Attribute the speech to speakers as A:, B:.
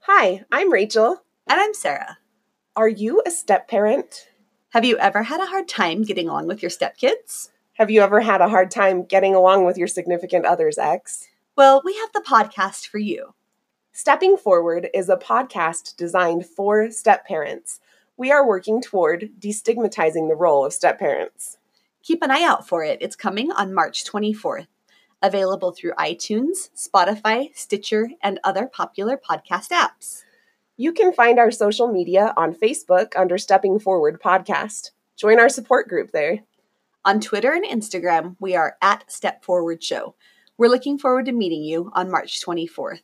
A: Hi, I'm Rachel.
B: And I'm Sarah.
A: Are you a step parent?
B: Have you ever had a hard time getting along with your stepkids?
A: Have you ever had a hard time getting along with your significant other's ex?
B: Well, we have the podcast for you.
A: Stepping Forward is a podcast designed for step parents. We are working toward destigmatizing the role of step parents.
B: Keep an eye out for it. It's coming on March 24th. Available through iTunes, Spotify, Stitcher, and other popular podcast apps.
A: You can find our social media on Facebook under Stepping Forward Podcast. Join our support group there.
B: On Twitter and Instagram, we are at Step Forward Show. We're looking forward to meeting you on March 24th.